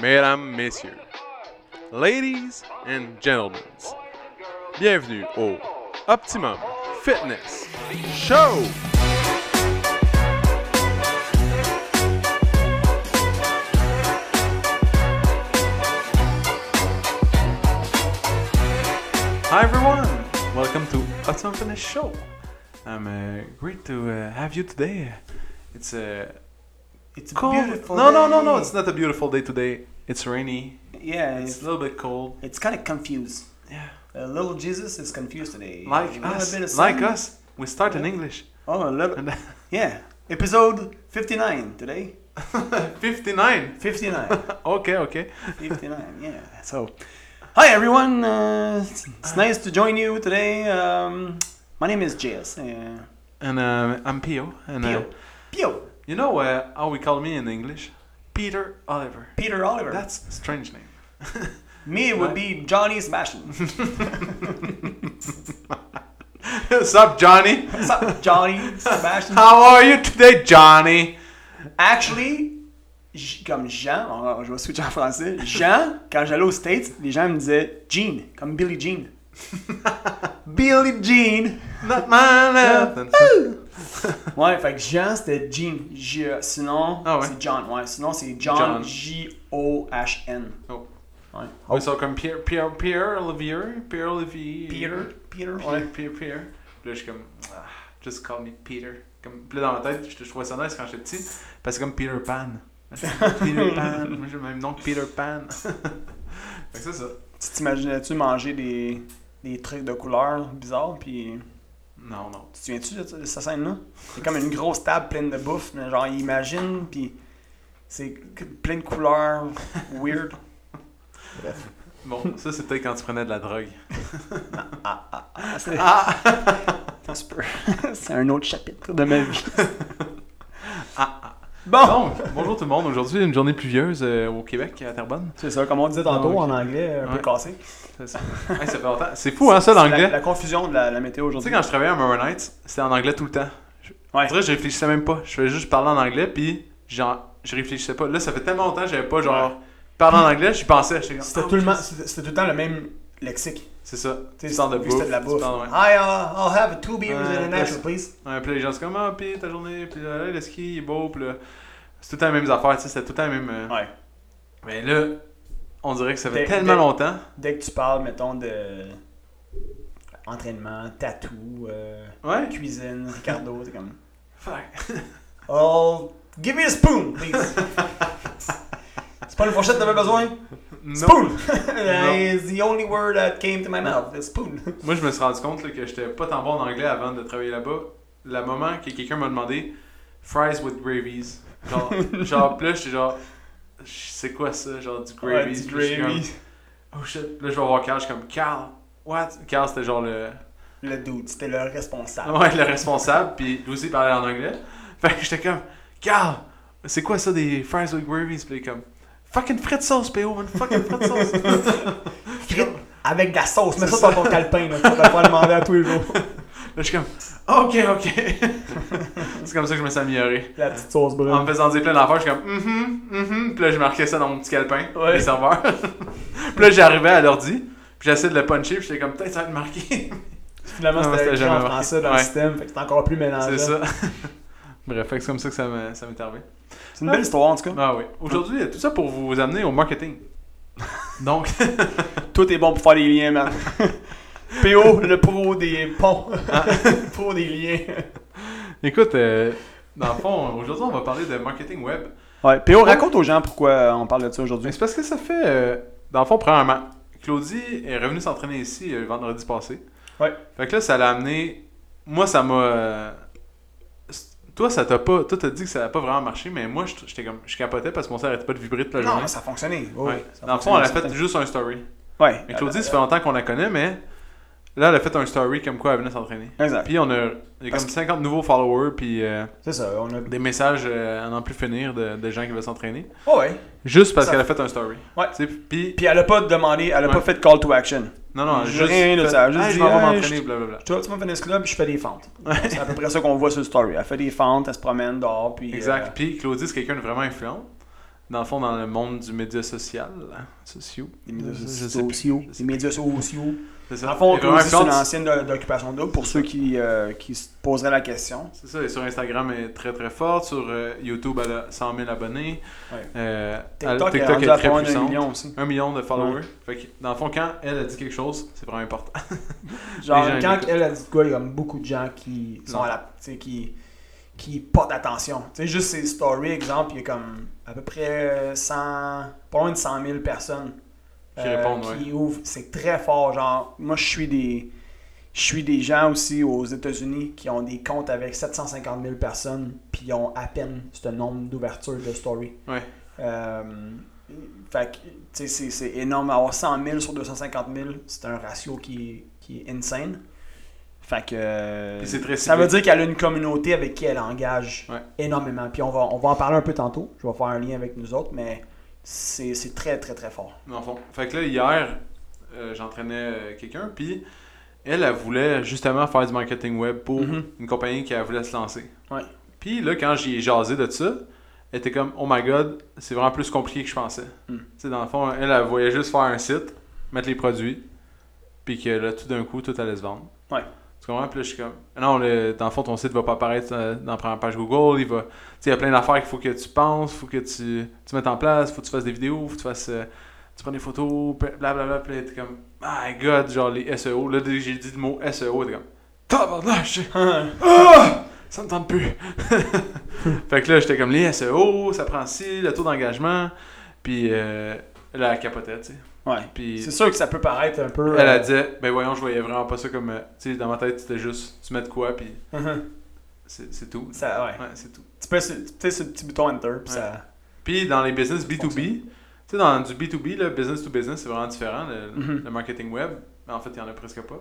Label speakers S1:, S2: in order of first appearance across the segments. S1: mesdames, messieurs, ladies and gentlemen, bienvenue au Optimum Fitness Show! Hi everyone, welcome to Optimum Fitness Show. I'm uh, great to uh, have you today. It's uh, a
S2: It's
S1: cold.
S2: beautiful.
S1: no, no, no, no.
S2: day.
S1: It's not a beautiful day today. It's rainy.
S2: Yeah,
S1: It's
S2: it's,
S1: a little bit cold.
S2: it's kind of confused.
S1: Yeah.
S2: Uh, little Jesus is confused today. A
S1: Like
S2: little bit of
S1: us.
S2: sun.
S1: Like us. We start in English.
S2: Oh, a little.
S1: And
S2: Yeah. Episode 59 today.
S1: 59.
S2: 59.
S1: Okay, okay.
S2: 59, yeah. So, hi everyone. Uh, it's, it's nice to join you today. Um, my name is JS. Uh,
S1: And um, I'm Pio. And uh,
S2: Pio. Pio.
S1: you know uh, how we call me in English? Peter Oliver.
S2: Peter Oliver.
S1: That's a strange name.
S2: Me it would be Johnny Sebastian.
S1: What's up, Johnny?
S2: What's up, Johnny Sebastian?
S1: How are you today, Johnny?
S2: Actually, J- comme Jean, on va- je vais switcher en français. Jean, quand j'allais aux States, les gens me disaient Jean, comme Billy Jean. Billy Jean!
S1: Not my love.
S2: Ouais, fait que Jean, c'était Jean. J- E, sinon,
S1: Ah ouais.
S2: c'est John. Ouais, sinon, c'est John,
S1: John.
S2: J-O-H-N.
S1: Oh.
S2: Ouais.
S1: We saw comme Pierre, Pierre, Pierre Olivier, Pierre Olivier.
S2: Peter, Peter, ouais.
S1: Pierre, Pierre, Pierre. Puis là, je suis comme, ah, just call me Peter. Comme, puis là, dans ma tête, je, je trouvais ça nice quand j'étais petit, parce que c'est comme Peter Pan. Peter Pan, moi j'ai le même nom que Peter Pan. fait que c'est ça.
S2: Tu t'imaginais-tu manger des, des trucs de couleur bizarres, puis.
S1: Non, non.
S2: Tu te souviens-tu de, de cette scène-là? C'est comme une grosse table pleine de bouffe, mais genre, il imagine, puis c'est que- plein de couleurs, weird.
S1: Bon, ça c'était quand tu prenais de la drogue.
S2: Ah, c'est Ça se peut. c'est un autre chapitre de ma vie. Bon!
S1: Donc, bonjour tout le monde. Aujourd'hui, une journée pluvieuse euh, au Québec, à Terrebonne.
S2: C'est ça, comme on disait tantôt
S1: Ah, ok.
S2: en anglais, euh, un
S1: Ouais.
S2: peu cassé.
S1: C'est ça. Hey, ça fait longtemps. C'est fou, hein, ça,
S2: C'est
S1: l'anglais.
S2: La, la confusion de la, la météo
S1: Tu sais,
S2: aujourd'hui.
S1: quand je travaillais à Murray Nights, c'était en anglais tout le temps. Je,
S2: Ouais.
S1: on dirait que je réfléchissais même pas. Je faisais juste parler en anglais, puis genre, je réfléchissais pas. Là, ça fait tellement longtemps que j'avais pas, genre, parlé en anglais, j'y pensais. J'étais comme,
S2: C'était
S1: ah,
S2: tout, le
S1: oui,
S2: ma- c'était- c'était tout le temps le même lexique.
S1: C'est ça.
S2: Tu
S1: Tu
S2: sais,
S1: parles de
S2: vu que
S1: bouffe,
S2: c'était de la
S1: tu
S2: bouffe.
S1: parles, ouais.
S2: Hi, I'll, I'll have two beers
S1: Ouais,
S2: and a
S1: ouais.
S2: natural, please.
S1: Ouais, puis les gens sont comme, ah, puis ta journée, puis là, le ski, il est beau, puis là. C'est tout le temps les mêmes affaires, tu sais, c'était tout le temps les mêmes. euh.
S2: Ouais.
S1: Mais là, on dirait que ça fait
S2: Dès-
S1: tellement
S2: dès-
S1: longtemps.
S2: Dès que tu parles, mettons, de entraînement, tatou, euh,
S1: Ouais.
S2: cuisine, Ricardo, c'est comme.
S1: Fuck.
S2: Oh, give me a spoon, please. c'est pas une fourchette que t'avais besoin?
S1: Non.
S2: Spoon! It's the only word that came to my mouth, a spoon.
S1: Moi, je me suis rendu compte là, que j'étais pas tant bon en anglais avant de travailler là-bas. Le moment que quelqu'un m'a demandé fries with gravies. Genre, genre puis là, j'étais genre, c'est quoi ça? Genre du
S2: Ouais,
S1: gravies.
S2: du
S1: Puis là, je suis
S2: gravy.
S1: comme, oh shit. Là, je vais voir Carl, je suis comme, Carl, what? Carl, c'était genre le,
S2: Le dude, c'était le responsable.
S1: ouais, le responsable, puis lui aussi il parlait en anglais. Fait que j'étais comme, Carl, c'est quoi ça des fries with gravies? Puis il est comme, fucking frites sauce, PO, man, fucking frites sauce.
S2: Frites avec de la sauce, mets ça dans ton calepin, là, pour pas demander à tous les jours.
S1: Là, je suis comme, ok, ok. c'est comme ça que je me suis amélioré.
S2: La petite sauce
S1: En
S2: brune.
S1: me faisant dire plein d'affaires, je suis comme mhm, mhm. Puis là, je marquais ça dans mon petit calepin,
S2: Ouais.
S1: les serveurs. puis là, j'arrivais à l'ordi, puis j'essayais de le puncher, puis j'étais comme peut-être ça va être marqué.
S2: Finalement,
S1: Non,
S2: c'était
S1: c'était
S2: écrit en
S1: jamais
S2: français
S1: marqué.
S2: dans le
S1: Ouais.
S2: système, fait que c'est encore plus mélangé.
S1: c'est Ah, ça. Bref, fait que c'est comme ça que ça m'est ça m'est arrivé.
S2: C'est une belle histoire, en tout cas.
S1: Ah oui. Aujourd'hui, tout ça pour vous amener au marketing. Donc,
S2: Tout est bon pour faire des liens, man. PO, le pro des ponts. pro des liens.
S1: écoute, euh, dans le fond, aujourd'hui, on va parler de marketing web.
S2: Ouais, PO, raconte aux gens pourquoi on parle de ça
S1: Mais
S2: aujourd'hui.
S1: c'est parce que ça fait, euh, dans le fond, premièrement, Claudie est revenue s'entraîner ici euh, le vendredi passé.
S2: Ouais.
S1: Fait que là, ça l'a amené. Moi, ça m'a. euh, s- Toi, ça t'a pas. Toi, t'as dit que ça a pas vraiment marché, mais moi, je- j'étais comme. Je capotais parce que mon cerveau arrêtait pas de vibrer toute la
S2: Non,
S1: journée.
S2: mais ça a fonctionné. Oh,
S1: Ouais.
S2: ça a
S1: Dans le fond,
S2: fonctionné,
S1: elle a
S2: certain. Ah, ben,
S1: fait juste un story.
S2: Ouais.
S1: Mais Claudie, ça fait longtemps qu'on la connaît, mais là, elle a fait un story comme quoi elle venait s'entraîner.
S2: Exact.
S1: Puis on a, il y a
S2: Parce
S1: comme 50 nouveaux followers, puis euh,
S2: C'est ça, on a.
S1: des messages euh, à n'en plus finir de, de gens qui veulent s'entraîner.
S2: Oh, ouais.
S1: Juste parce
S2: Ça-
S1: qu'elle a fait un story.
S2: Ouais.
S1: Tu sais, Puis
S2: Puis elle a pas demandé, elle a
S1: Ouais.
S2: pas fait de call to action.
S1: Non, non,
S2: J'ai
S1: juste.
S2: rien de
S1: fait,
S2: ça, juste
S1: Hey,
S2: dit,
S1: je m'en vais
S2: hey,
S1: m'entraîner,
S2: je-
S1: blablabla.
S2: Tu vois, tu m'as fait ce club, puis je fais des fentes. C'est à peu près ça qu'on voit sur le story. Elle fait des fentes, elle se promène dehors, puis.
S1: Exact.
S2: euh,
S1: Puis Claudie, c'est quelqu'un de vraiment influent. dans le fond, dans le monde du média social. hein, Sociaux.
S2: Les médias
S1: Je- je
S2: sociaux.
S1: sais plus. Je sais
S2: Les médias sociaux.
S1: C'est ça.
S2: Dans le fond,
S1: Il y a vraiment
S2: Claudie, c'est une
S1: plein de-
S2: ancienne de- d'occupation double pour ceux qui, euh, qui se poseraient la question.
S1: C'est ça, et sur Instagram, elle est très très forte. Sur euh, YouTube, elle a 100 000 abonnés.
S2: Ouais.
S1: Euh, elle-
S2: TikTok, est
S1: TikTok
S2: rendu
S1: est,
S2: à
S1: très
S2: prendre un
S1: puissante.
S2: million aussi.
S1: Un million de followers. Fait que, dans le fond, quand elle a dit quelque chose, c'est vraiment important.
S2: Genre,
S1: Les gens
S2: quand
S1: écoutent.
S2: elle a dit quoi, il y a comme beaucoup de gens qui sont
S1: Non.
S2: à la. tu sais, qui, qui portent attention. Tu sais, juste ses stories, exemple, il y a comme à peu près 100. pas loin de 100 000 personnes euh,
S1: Qui répondent,
S2: qui ouvrent. C'est très fort. Genre, moi, je suis des. Je suis des gens aussi aux États-Unis qui ont des comptes avec 750 000 personnes, puis ils ont à peine ce nombre d'ouvertures de stories.
S1: Ouais.
S2: Euh, fait que, tu sais, c'est- c'est énorme. Avoir 100 000 sur 250 000, c'est un ratio qui, est- qui est insane. Fait que. euh,
S1: Puis c'est très
S2: ça
S1: ciblé.
S2: veut dire qu'elle a une communauté avec qui elle engage
S1: Ouais.
S2: énormément. Puis on va, on va en parler un peu tantôt. Je vais faire un lien avec nous autres, mais c'est c'est très, très, très fort.
S1: Dans le fond. Fait que là, hier, euh, j'entraînais euh, quelqu'un, puis elle, elle voulait justement faire du marketing web pour
S2: Mhm.
S1: une compagnie qui elle voulait se lancer.
S2: Ouais.
S1: Puis là, quand j'y ai jasé de ça, elle était comme, oh my god, c'est vraiment plus compliqué que je pensais.
S2: Mm.
S1: Tu sais, dans le fond, elle, elle voyait juste faire un site, mettre les produits, puis que là, tout d'un coup, tout allait se vendre.
S2: Ouais.
S1: Tu comprends? Puis là, je suis comme, Ah non, le- dans le fond, ton site va pas apparaître euh, dans la première page Google, il va. Tu sais, il y a plein d'affaires qu'il faut que tu penses, faut que tu, tu mettes en place, faut que tu fasses des vidéos, faut que tu fasses. euh, tu prends des photos, blablabla, puis là, t'es comme, my god, genre les SEO. Là, dès que j'ai dit le mot SEO, t'es comme, tabarnache, ah, ça me tente plus. fait que là, j'étais comme, les SEO, ça prend ci, le taux d'engagement, puis euh, là, elle capotait, tu sais.
S2: Ouais.
S1: Puis
S2: C'est sûr que ça peut paraître un peu.
S1: elle
S2: euh,
S1: a dit, ben voyons, je voyais vraiment pas ça comme, euh, tu sais, dans ma tête, c'était juste, tu mets de quoi, puis c'est c'est tout.
S2: euh, ça, ouais.
S1: Ouais, c'est tout.
S2: Tu peux tu sais, ce petit bouton Enter, puis
S1: Ouais.
S2: ça.
S1: Puis dans les business
S2: fonctionne.
S1: B2B, tu sais, dans du B2B, là, business to business, c'est vraiment différent. Le,
S2: Mhm.
S1: le marketing web, en fait, il y en a presque pas.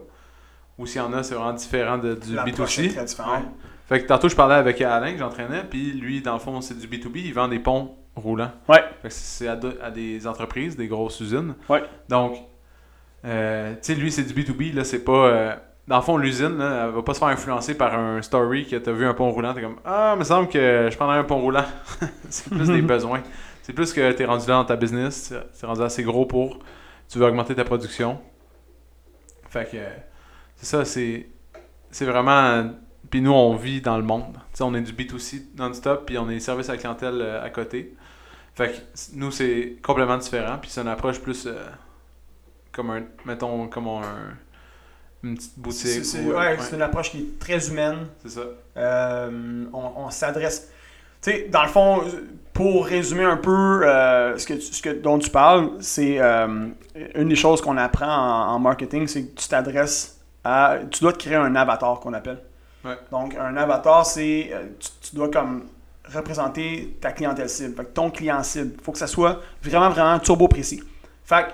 S1: Ou s'il y en a, c'est vraiment différent de- du
S2: l'approche est
S1: B2C.
S2: très différente.
S1: Ouais. Fait que tantôt, je parlais avec Alain que j'entraînais, puis lui, dans le fond, c'est du B2B, il vend des ponts roulants.
S2: Ouais.
S1: Fait que c'est à, de- à des entreprises, des grosses usines.
S2: Ouais.
S1: Donc, euh, tu sais, lui, c'est du B2B, là, c'est pas. euh, dans le fond, l'usine, là, elle va pas se faire influencer par un story que t'as vu un pont roulant, t'es comme Ah, me semble que je prendrais un pont roulant. c'est plus des besoins. C'est plus que t'es rendu là dans ta business, t'es rendu assez gros pour. Tu veux augmenter ta production. Fait que. euh, C'est ça, c'est. C'est vraiment. Puis nous, on vit dans le monde. Tu sais, on est du B2C non-stop, puis on est service à la clientèle euh, à côté. Fait que c- nous, c'est complètement différent, puis c'est une approche plus euh, comme un. Mettons, comme un, une petite
S2: C'est
S1: boutique.
S2: c'est-
S1: ou-
S2: ouais,
S1: ouais,
S2: c'est une approche qui est très humaine.
S1: c'est ça.
S2: Euh, on, on s'adresse. Tu sais, dans le fond, pour résumer un peu euh, ce, que tu- ce que, dont tu parles, c'est euh, une des choses qu'on apprend en, en marketing, c'est que tu t'adresses à. Tu dois te créer un avatar qu'on appelle.
S1: Ouais.
S2: Donc, un avatar, c'est. euh, Tu, tu dois comme représenter ta clientèle cible. Fait que ton client cible, il faut que ça soit vraiment, vraiment turbo précis. Fait que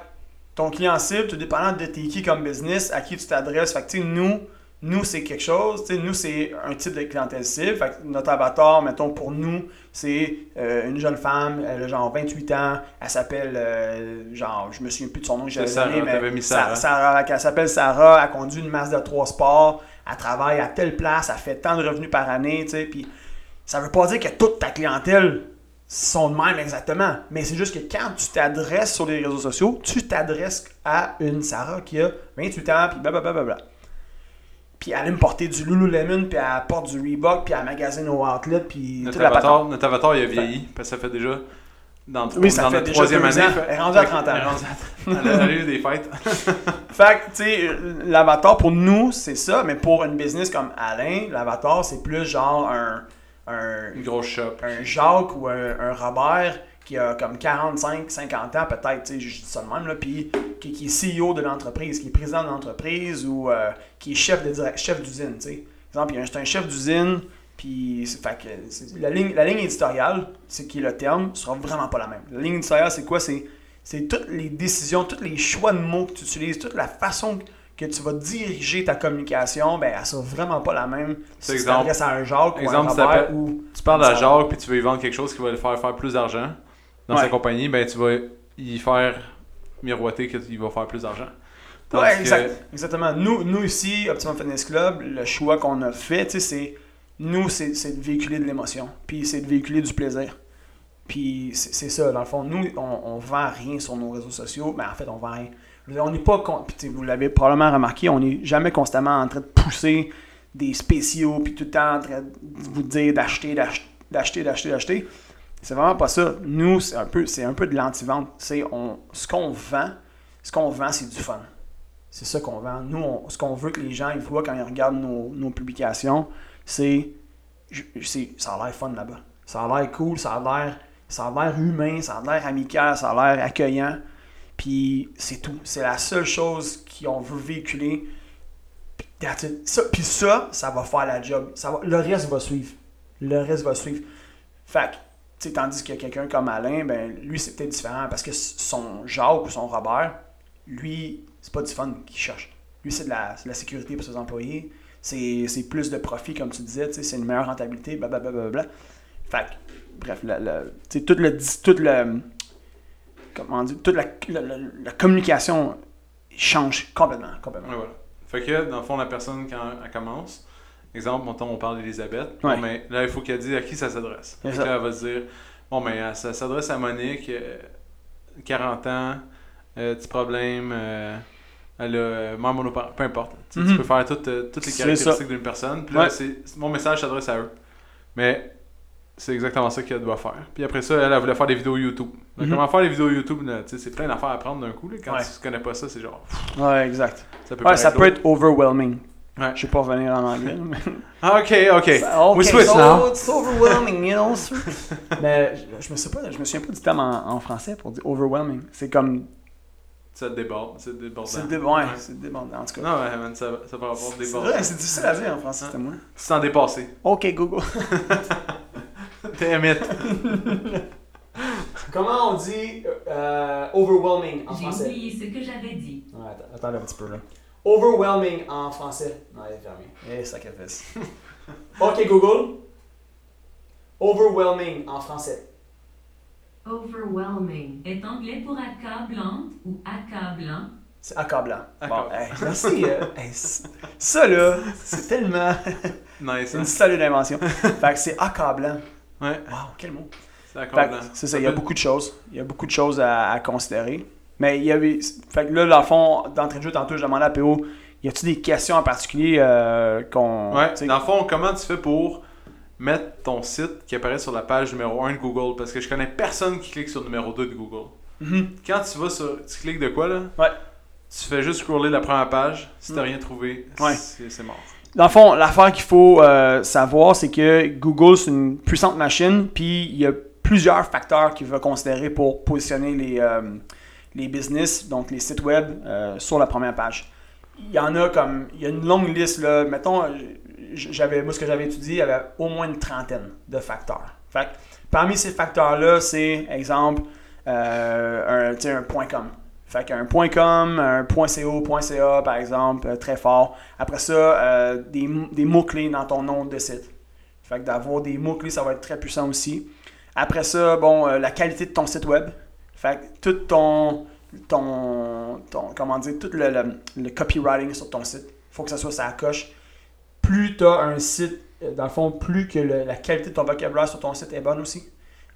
S2: ton client cible, tout dépendant de t'es qui comme business, à qui tu t'adresses. Fait que, tu sais, nous, nous, c'est quelque chose. Tu sais, nous, c'est un type de clientèle cible. Fait que notre avatar, mettons, pour nous, c'est euh, une jeune femme, elle a genre 28 ans, elle s'appelle, euh, genre, je me souviens plus de son nom que j'avais
S1: Sarah,
S2: donné,
S1: t'avais
S2: mais
S1: mis
S2: Sa-
S1: Sarah.
S2: Sarah, elle s'appelle Sarah, elle conduit une masse de trois sports, elle travaille à telle place, elle fait tant de revenus par année, tu sais, puis ça veut pas dire que toute ta clientèle sont de même exactement, mais c'est juste que quand tu t'adresses sur les réseaux sociaux, tu t'adresses à une Sarah qui a 28 ans, puis blablabla. Puis elle aime porter du Lululemon, puis elle porte du Reebok, puis elle magasine au outlet, puis toute
S1: Notre
S2: la patente.
S1: avatar, notre avatar, il a vieilli, parce que ça fait déjà. Dans,
S2: Oui, ça
S1: dans
S2: fait
S1: notre
S2: déjà
S1: troisième
S2: deux
S1: année.
S2: ans.
S1: fait-
S2: Elle est rendue à
S1: fait-
S2: 30 ans.
S1: Elle est rendue à 30 ans. Elle a- elle a eu des fêtes.
S2: Fait que, tu sais, euh, l'avatar pour nous, c'est ça, mais pour une business comme Alain, l'avatar, c'est plus genre un, un,
S1: Une grosse shop.
S2: un Jacques ou un, un Robert qui a comme 45, 50 ans, peut-être, tu sais, je dis ça de même, là, puis qui, qui est CEO de l'entreprise, qui est président de l'entreprise ou euh, qui est chef de direct- chef d'usine, tu sais. Par exemple, il y a un- c'est un chef d'usine, puis c'est- fait que c'est- la ligne, la ligne éditoriale, c'est qui est le terme, sera vraiment pas la même. La ligne éditoriale, c'est quoi? C'est c'est toutes les décisions, tous les choix de mots que tu utilises, toute la façon que tu vas diriger ta communication, ben, elle sera vraiment pas la même
S1: C'est
S2: si tu
S1: exemple-
S2: t'adresses à un Jacques ou à un
S1: exemple, tu
S2: Robert
S1: t'appelles-
S2: ou...
S1: tu parles à
S2: Ça-
S1: Jacques puis tu veux lui vendre quelque chose qui va lui faire faire plus d'argent dans
S2: Ouais.
S1: sa compagnie, ben tu vas y faire miroiter qu'il va faire plus d'argent. Tandis
S2: Ouais,
S1: que-
S2: exact- exactement. Nous, nous ici, Optimum Fitness Club, le choix qu'on a fait, tu sais, c'est nous, c'est c'est de véhiculer de l'émotion, puis c'est de véhiculer du plaisir. Puis c'est c'est ça, dans le fond, nous, on, on vend rien sur nos réseaux sociaux, mais en fait, on vend rien. Je veux dire, On n'est pas, con- puis tu sais, vous l'avez probablement remarqué, on n'est jamais constamment en train de pousser des spéciaux, puis tout le temps en train de vous dire d'acheter, d'ach- d'acheter, d'acheter, d'acheter. C'est vraiment pas ça. Nous, c'est un peu, c'est un peu de l'anti-vente. C'est on, ce qu'on vend, ce qu'on vend, c'est du fun. C'est ça qu'on vend. Nous, on- ce qu'on veut que les gens ils voient quand ils regardent nos, nos publications, c'est je- je- c'est- ça a l'air fun là-bas. Ça a l'air cool, ça a l'air ça a l'air humain, ça a l'air amical, ça a l'air accueillant. Puis c'est tout. C'est la seule chose qu'on veut véhiculer. Puis that's it. ça, puis ça, ça va faire la job. Ça va- le reste va suivre. Le reste va suivre. Fait que, tu sais, tandis que quelqu'un comme Alain, ben lui, c'est peut-être différent parce que son Jacques ou son Robert, lui, c'est pas du fun qu'il cherche. Lui, c'est de, la- c'est de la sécurité pour ses employés. C'est c'est plus de profit, comme tu disais. tu sais, C'est une meilleure rentabilité, blablabla. Fait que, bref, le- le- tu sais, tout le, dis- tout le, comment dire, toute la, la- la- la communication change complètement, complètement.
S1: Ouais, voilà. Fait que, dans le fond, la personne, quand elle commence, exemple, mettons, on parle d'Elisabeth,
S2: Ouais.
S1: bon, mais là, il faut qu'elle dise à qui ça s'adresse. Fait
S2: C'est
S1: que
S2: ça.
S1: là, elle va se dire, bon, mais euh, ça s'adresse à Monique, euh, 40 ans, euh, petit problème, euh, elle a euh, membre monopare- peu importe. Tu, sais, tu
S2: Mhm.
S1: peux faire toutes, euh, toutes les
S2: C'est
S1: caractéristiques d'une personne, puis là,
S2: Ouais.
S1: c'est- mon message s'adresse à eux. Mais c'est exactement ça qu'elle doit faire. Puis après ça, elle, elle voulait faire des vidéos YouTube. Donc,
S2: Mhm.
S1: Comment faire des vidéos YouTube, là, tu sais, c'est plein d'affaires à prendre d'un coup. là. quand
S2: Ouais.
S1: tu connais pas ça, c'est genre, pff,
S2: Ouais, exact.
S1: ça peut
S2: Ouais,
S1: paraître
S2: ça peut
S1: lourd.
S2: être overwhelming.
S1: Ouais.
S2: Je vais pas revenir en anglais. mais-
S1: Ah, Ok, ok. We
S2: Ça- okay,
S1: switch
S2: so
S1: now.
S2: it's overwhelming, you know, sir. Mais je, je me souviens pas, je me souviens pas du terme en, en français pour dire overwhelming. C'est comme,
S1: Ça déborde, c'est débordant.
S2: c'est dé- ouais, c'est débordant en tout cas.
S1: ben, Non, ouais, man, ça, ça va avoir
S2: C'est
S1: débordant.
S2: vrai, c'est difficile à dire en français, c'était moi.
S1: Sans dépasser.
S2: Ok Google.
S1: Damn it.
S2: Comment on dit euh, overwhelming
S3: J'ai oublié ce que j'avais dit.
S2: Ouais, attends, attends un petit peu là. Overwhelming en français. Non, il est fermé. Eh, sacrifice. ok, Google. Overwhelming en français.
S3: Overwhelming est anglais pour accablante ou accablant.
S2: C'est accablant.
S1: Accablant.
S2: Bon, hey, merci. euh, hey, c- ça là, c'est tellement.
S1: Nice.
S2: c'est
S1: hein?
S2: une salue d'invention. Fait que c'est accablant.
S1: Ouais,
S2: Wow, quel mot.
S1: c'est hein.
S2: Fait que
S1: accordant.
S2: C'est ça, il y a beaucoup de choses. Il y a beaucoup de choses à, à considérer. Mais il y avait. Fait que là, dans le fond, d'entrée de jeu, tantôt, je demandais à PO, y a-tu des questions en particulier euh, qu'on.
S1: Ouais,
S2: tu sais,
S1: dans le fond, comment tu fais pour mettre ton site qui apparaît sur la page numéro 1 de Google Parce que je connais personne qui clique sur le numéro 2 de Google.
S2: Mhm.
S1: Quand tu vas sur. Tu cliques de quoi là
S2: Ouais. Mm.
S1: Tu fais juste scroller la première page. Si t'as rien trouvé,
S2: Ouais.
S1: c'est c'est mort.
S2: Dans le fond, l'affaire qu'il faut euh, savoir, c'est que Google, c'est une puissante machine, puis il y a plusieurs facteurs qu'il va considérer pour positionner les, euh, les business, donc les sites web, euh, sur la première page. Il y en a comme, il y a une longue liste, là, mettons, euh, j- j'avais, moi ce que j'avais étudié, il y avait au moins une trentaine de facteurs. Fait que parmi ces facteurs-là, c'est, exemple, euh, un, tu sais, un point .com. Fait qu'un point .com, un point .co, point .ca par exemple, euh, très fort. Après ça, euh, des, m- des mots-clés dans ton nom de site. Fait que d'avoir des mots-clés, ça va être très puissant aussi. Après ça, bon, euh, la qualité de ton site web. Fait que tout ton, ton, ton- comment dire, tout le, le- le copywriting sur ton site. Faut que ça soit ça coche. Plus tu as un site, euh, dans le fond, plus que le- la qualité de ton vocabulaire sur ton site est bonne aussi.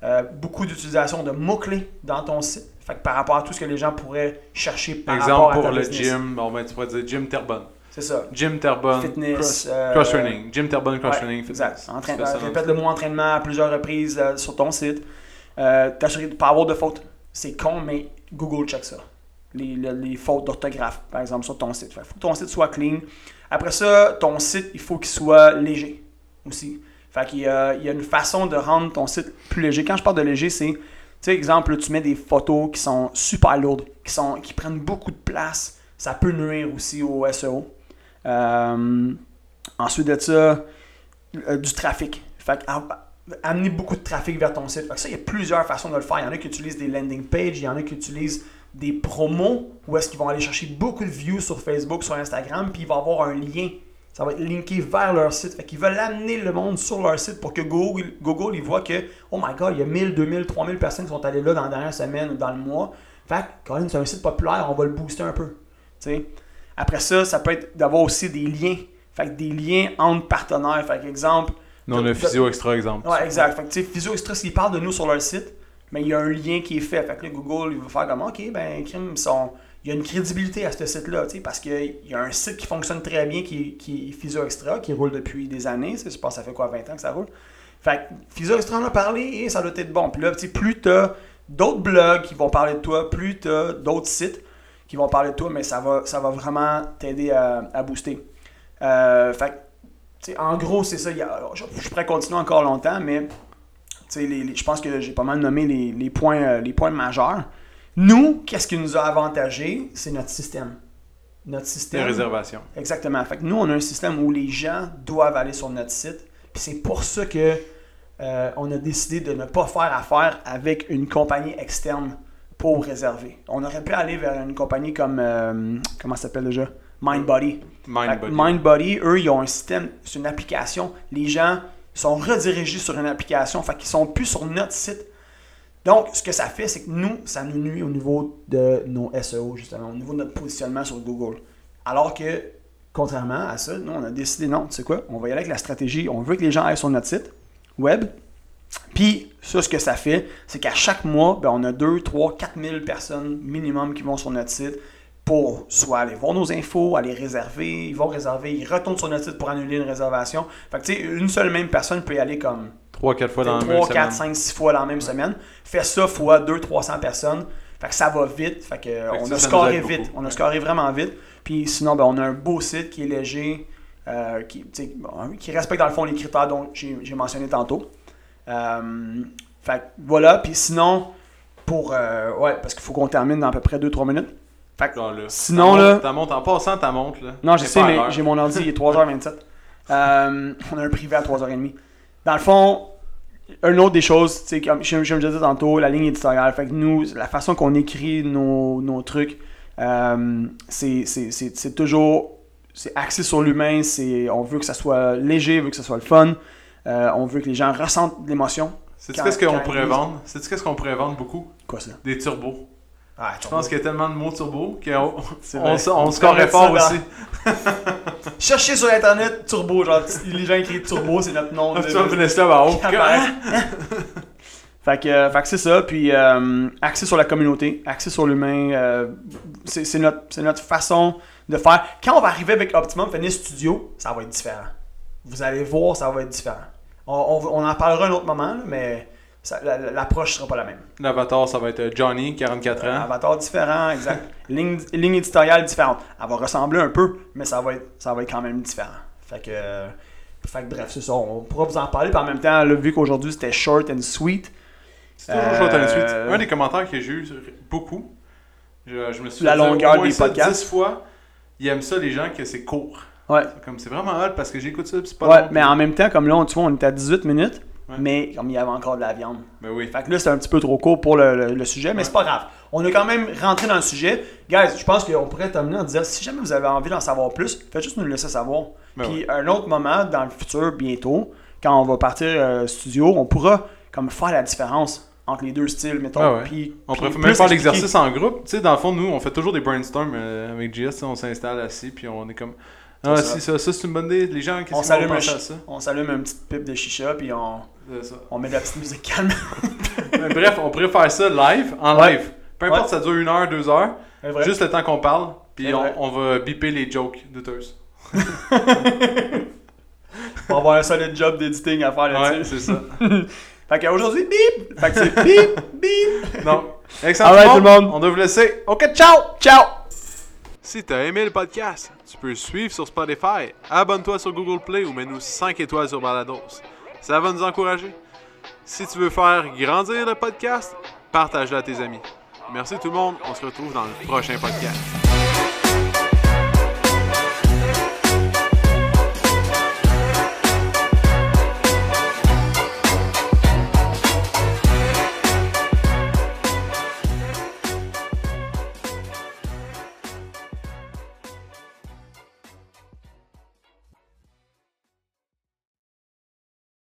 S2: Euh, beaucoup d'utilisation de mots-clés dans ton site. Fait que par rapport à tout ce que les gens pourraient chercher par rapport
S1: Exemple
S2: à
S1: pour
S2: ta
S1: le
S2: business.
S1: gym, bon ben tu pourrais dire Jim Terbonne.
S2: C'est ça.
S1: Jim Terbonne.
S2: Fitness,
S1: cross-
S2: euh,
S1: Cross-training. Jim Terbonne cross-training. fitness.
S2: Exact. Entraîne-
S1: Tu fais ça dans-
S2: euh, répète le mot entraînement à plusieurs reprises euh, sur ton site. Euh, T'assurer de ne pas avoir de fautes. C'est con, mais Google check ça. Les, le- les fautes d'orthographe, par exemple, sur ton site. Il faut que ton site soit clean. Après ça, ton site, il faut qu'il soit léger aussi. Fait qu'il y a, il y a une façon de rendre ton site plus léger. Quand je parle de léger, c'est, tu sais, exemple, là, tu mets des photos qui sont super lourdes, qui, sont, qui prennent beaucoup de place. Ça peut nuire aussi au SEO. Euh, ensuite de ça, euh, du trafic. Fait que, am- amener beaucoup de trafic vers ton site. Fait que ça, il y a plusieurs façons de le faire. Il y en a qui utilisent des landing pages, il y en a qui utilisent des promos où est-ce qu'ils vont aller chercher beaucoup de views sur Facebook, sur Instagram, puis il va avoir un lien. Ça va être linké vers leur site. Fait qu'ils veulent amener le monde sur leur site pour que Google, Google il voit que, oh my god, il y a 1000, 2000, 3000 personnes qui sont allées là dans la dernière semaine ou dans le mois. Fait que, Colin, c'est un site populaire, on va le booster un peu. Tu sais. Après ça, ça peut être d'avoir aussi des liens. Fait que des liens entre partenaires. Fait que, exemple,
S1: Non, le
S2: T'as-
S1: physio extra exemple.
S2: Ouais, exact. Fait que, tu sais, Physio Extra, s'ils parlent de nous sur leur site, mais il y a un lien qui est fait. Fait que là, Google, il va faire comme, OK, ben, crime, ils sont- il y a une crédibilité à ce site-là, tu sais, parce qu'il y a un site qui fonctionne très bien, qui, qui est Physio Extra, qui roule depuis des années. tu sais, Je pense que ça fait quoi, 20 ans que ça roule. Fait que Physio Extra en a parlé et ça doit être bon. Puis là, tu sais, plus tu d'autres blogs qui vont parler de toi, plus tu d'autres sites qui vont parler de toi, mais ça va, ça va vraiment t'aider à, à booster. Euh, fait que, tu sais, en gros, c'est ça. il y a- je, je pourrais continuer encore longtemps, mais tu sais, les, les- je pense que j'ai pas mal nommé les, les points, euh, les points majeurs. Nous, qu'est-ce qui nous a avantagé C'est notre système. Notre
S1: Des
S2: système.
S1: réservations.
S2: Exactement. Fait que nous, on a un système où les gens doivent aller sur notre site. Puis c'est pour ça que euh, on a décidé de ne pas faire affaire avec une compagnie externe pour réserver. On aurait pu aller vers une compagnie comme euh, comment ça s'appelle déjà MindBody. Fait que
S1: Mindbody.
S2: MindBody, eux, ils ont un système, c'est une application. Les gens sont redirigés sur une application, fait qu'ils sont plus sur notre site. Donc, ce que ça fait, c'est que nous, ça nous nuit au niveau de nos SEO, justement, au niveau de notre positionnement sur Google. Alors que, contrairement à ça, nous, on a décidé, non, tu sais quoi, on va y aller avec la stratégie, on veut que les gens aillent sur notre site web. Puis, ça, ce que ça fait, c'est qu'à chaque mois, ben, on a 2, 3, 4 000 personnes minimum qui vont sur notre site pour soit aller voir nos infos, aller réserver, ils vont réserver, ils retournent sur notre site pour annuler une réservation. Fait que, tu sais, une seule même personne peut y aller comme
S1: 3-4 fois dans la même
S2: 3, 4,
S1: semaine.
S2: 5, 6 fois dans la même semaine. Fais ça fois 2, 300 personnes. Fait que ça va vite. Fait que euh,
S1: Fait que
S2: on
S1: ça,
S2: a
S1: ça nous
S2: scoré
S1: aide
S2: vite.
S1: beaucoup.
S2: On a scoré vraiment vite. Puis sinon, ben, on a un beau site qui est léger, euh, qui, tu sais, bon, qui respecte dans le fond les critères dont j'ai j'ai mentionné tantôt. Euh, fait que voilà. Puis sinon, pour. euh, ouais, parce qu'il faut qu'on termine dans à peu près 2-3 minutes. Fait que
S1: Genre, là,
S2: Sinon,
S1: ta
S2: là-
S1: montre- ta montre, en passant, ta montre, là.
S2: non, je
S1: T'es
S2: sais,
S1: pas à
S2: mais
S1: l'heure.
S2: j'ai mon ordi, il est 3h27. Euh, on a un privé à 3h30. Dans le fond, une autre des choses, tu sais, comme je, je me disais tantôt, la ligne éditoriale. Fait que nous, la façon qu'on écrit nos, nos trucs, euh, c'est c'est- c'est- c'est toujours c'est axé sur l'humain. c'est- On veut que ça soit léger, on veut que ça soit le fun. Euh, on veut que les gens ressentent de l'émotion.
S1: Sais-tu
S2: Quand-
S1: qu'est-ce qu'on
S2: quand-
S1: pourrait vendre? Sais-tu qu'est-ce qu'on pourrait vendre beaucoup?
S2: Quoi ça?
S1: Des turbos.
S2: Ah,
S1: Je pense qu'il y a tellement de mots turbo qu'on
S2: C'est vrai.
S1: on, se- on
S2: On
S1: se corrige
S2: corrige
S1: fort
S2: ça dans-
S1: aussi.
S2: Cherchez sur Internet Turbo. Genre, les gens écrivent Turbo, c'est notre nom.
S1: Ah,
S2: de-
S1: Tu vas me laisser là-bas. Oh,
S2: apparaissent. euh, Fait que, euh, fait que c'est ça, puis euh, axé sur la communauté, axé sur l'humain, euh, c'est c'est notre, c'est notre façon de faire. Quand on va arriver avec Optimum Fitness Studio, ça va être différent. Vous allez voir, ça va être différent. On, on- on en parlera un autre moment, là, mais ça- la- la- l'approche sera pas la même.
S1: L'avatar, ça va être Johnny, 44 ans.
S2: Avatar différent, exact. ligne, ligne éditoriale différente. Elle va ressembler un peu, mais ça va être, ça va être quand même différent. Fait que, euh, fait que bref, c'est ça. On pourra vous en parler, puis en même temps, là, vu qu'aujourd'hui c'était short and sweet,
S1: C'est toujours chaud à la suite.
S2: Euh,
S1: Un des commentaires que j'ai eu sur- beaucoup, je, je me suis
S2: La
S1: fait dire
S2: longueur
S1: au moins
S2: des
S1: ça
S2: podcasts.
S1: 10 fois, ils aiment ça les gens que c'est court.
S2: ouais.
S1: Comme c'est vraiment hot parce que j'écoute ça, puis c'est pas
S2: Ouais,
S1: long.
S2: mais en même temps, comme là, on, tu vois, on était à 18 minutes,
S1: Ouais.
S2: mais comme il y avait encore de la viande.
S1: Ben oui.
S2: Fait que là, c'est un petit peu trop court pour le, le- le sujet, mais
S1: Ouais.
S2: c'est pas grave. On est quand même rentré dans le sujet. Guys, je pense qu'on pourrait terminer en disant si jamais vous avez envie d'en savoir plus, faites juste nous le laisser savoir.
S1: Ben
S2: Puis un autre moment dans le futur, bientôt, quand on va partir euh, studio, on pourra comme faire la différence entre les deux styles, mettons.
S1: Ah ouais.
S2: puis,
S1: On
S2: puis
S1: pourrait même
S2: plus
S1: faire
S2: expliquer.
S1: l'exercice en groupe. Tu sais, dans le fond, nous, on fait toujours des brainstorms euh, avec JS. tu sais, On s'installe assis, puis on est comme. Ah,
S2: C'est ça.
S1: si, ça, ça c'est une bonne idée. Les gens,
S2: On
S1: qu'est-ce qu'ils vont
S2: s'allume, un
S1: penser à
S2: chi-
S1: ça?
S2: on s'allume une petite pipe de chicha, puis on,
S1: C'est ça.
S2: on met de la petite musique calme.
S1: Mais bref, on pourrait faire ça live, en
S2: Ouais.
S1: live. Peu importe,
S2: Ouais.
S1: ça dure une heure, deux heures.
S2: C'est vrai.
S1: Juste le temps qu'on parle, puis
S2: C'est vrai.
S1: on, on va biper les jokes douteuses.
S2: On va avoir un solide job d'éditing à faire là-dessus.
S1: Ouais, c'est ça.
S2: Fait qu'aujourd'hui, bip! Fait que c'est bip, bip!
S1: Non. Excellent.
S2: All right, tout le monde.
S1: On doit vous laisser.
S2: Ok, ciao! Ciao!
S1: Si t'as aimé le podcast, tu peux le suivre sur Spotify, abonne-toi sur Google Play ou mets-nous 5 étoiles sur Balados. Ça va nous encourager. Si tu veux faire grandir le podcast, partage-le à tes amis. Merci tout le monde, on se retrouve dans le prochain podcast.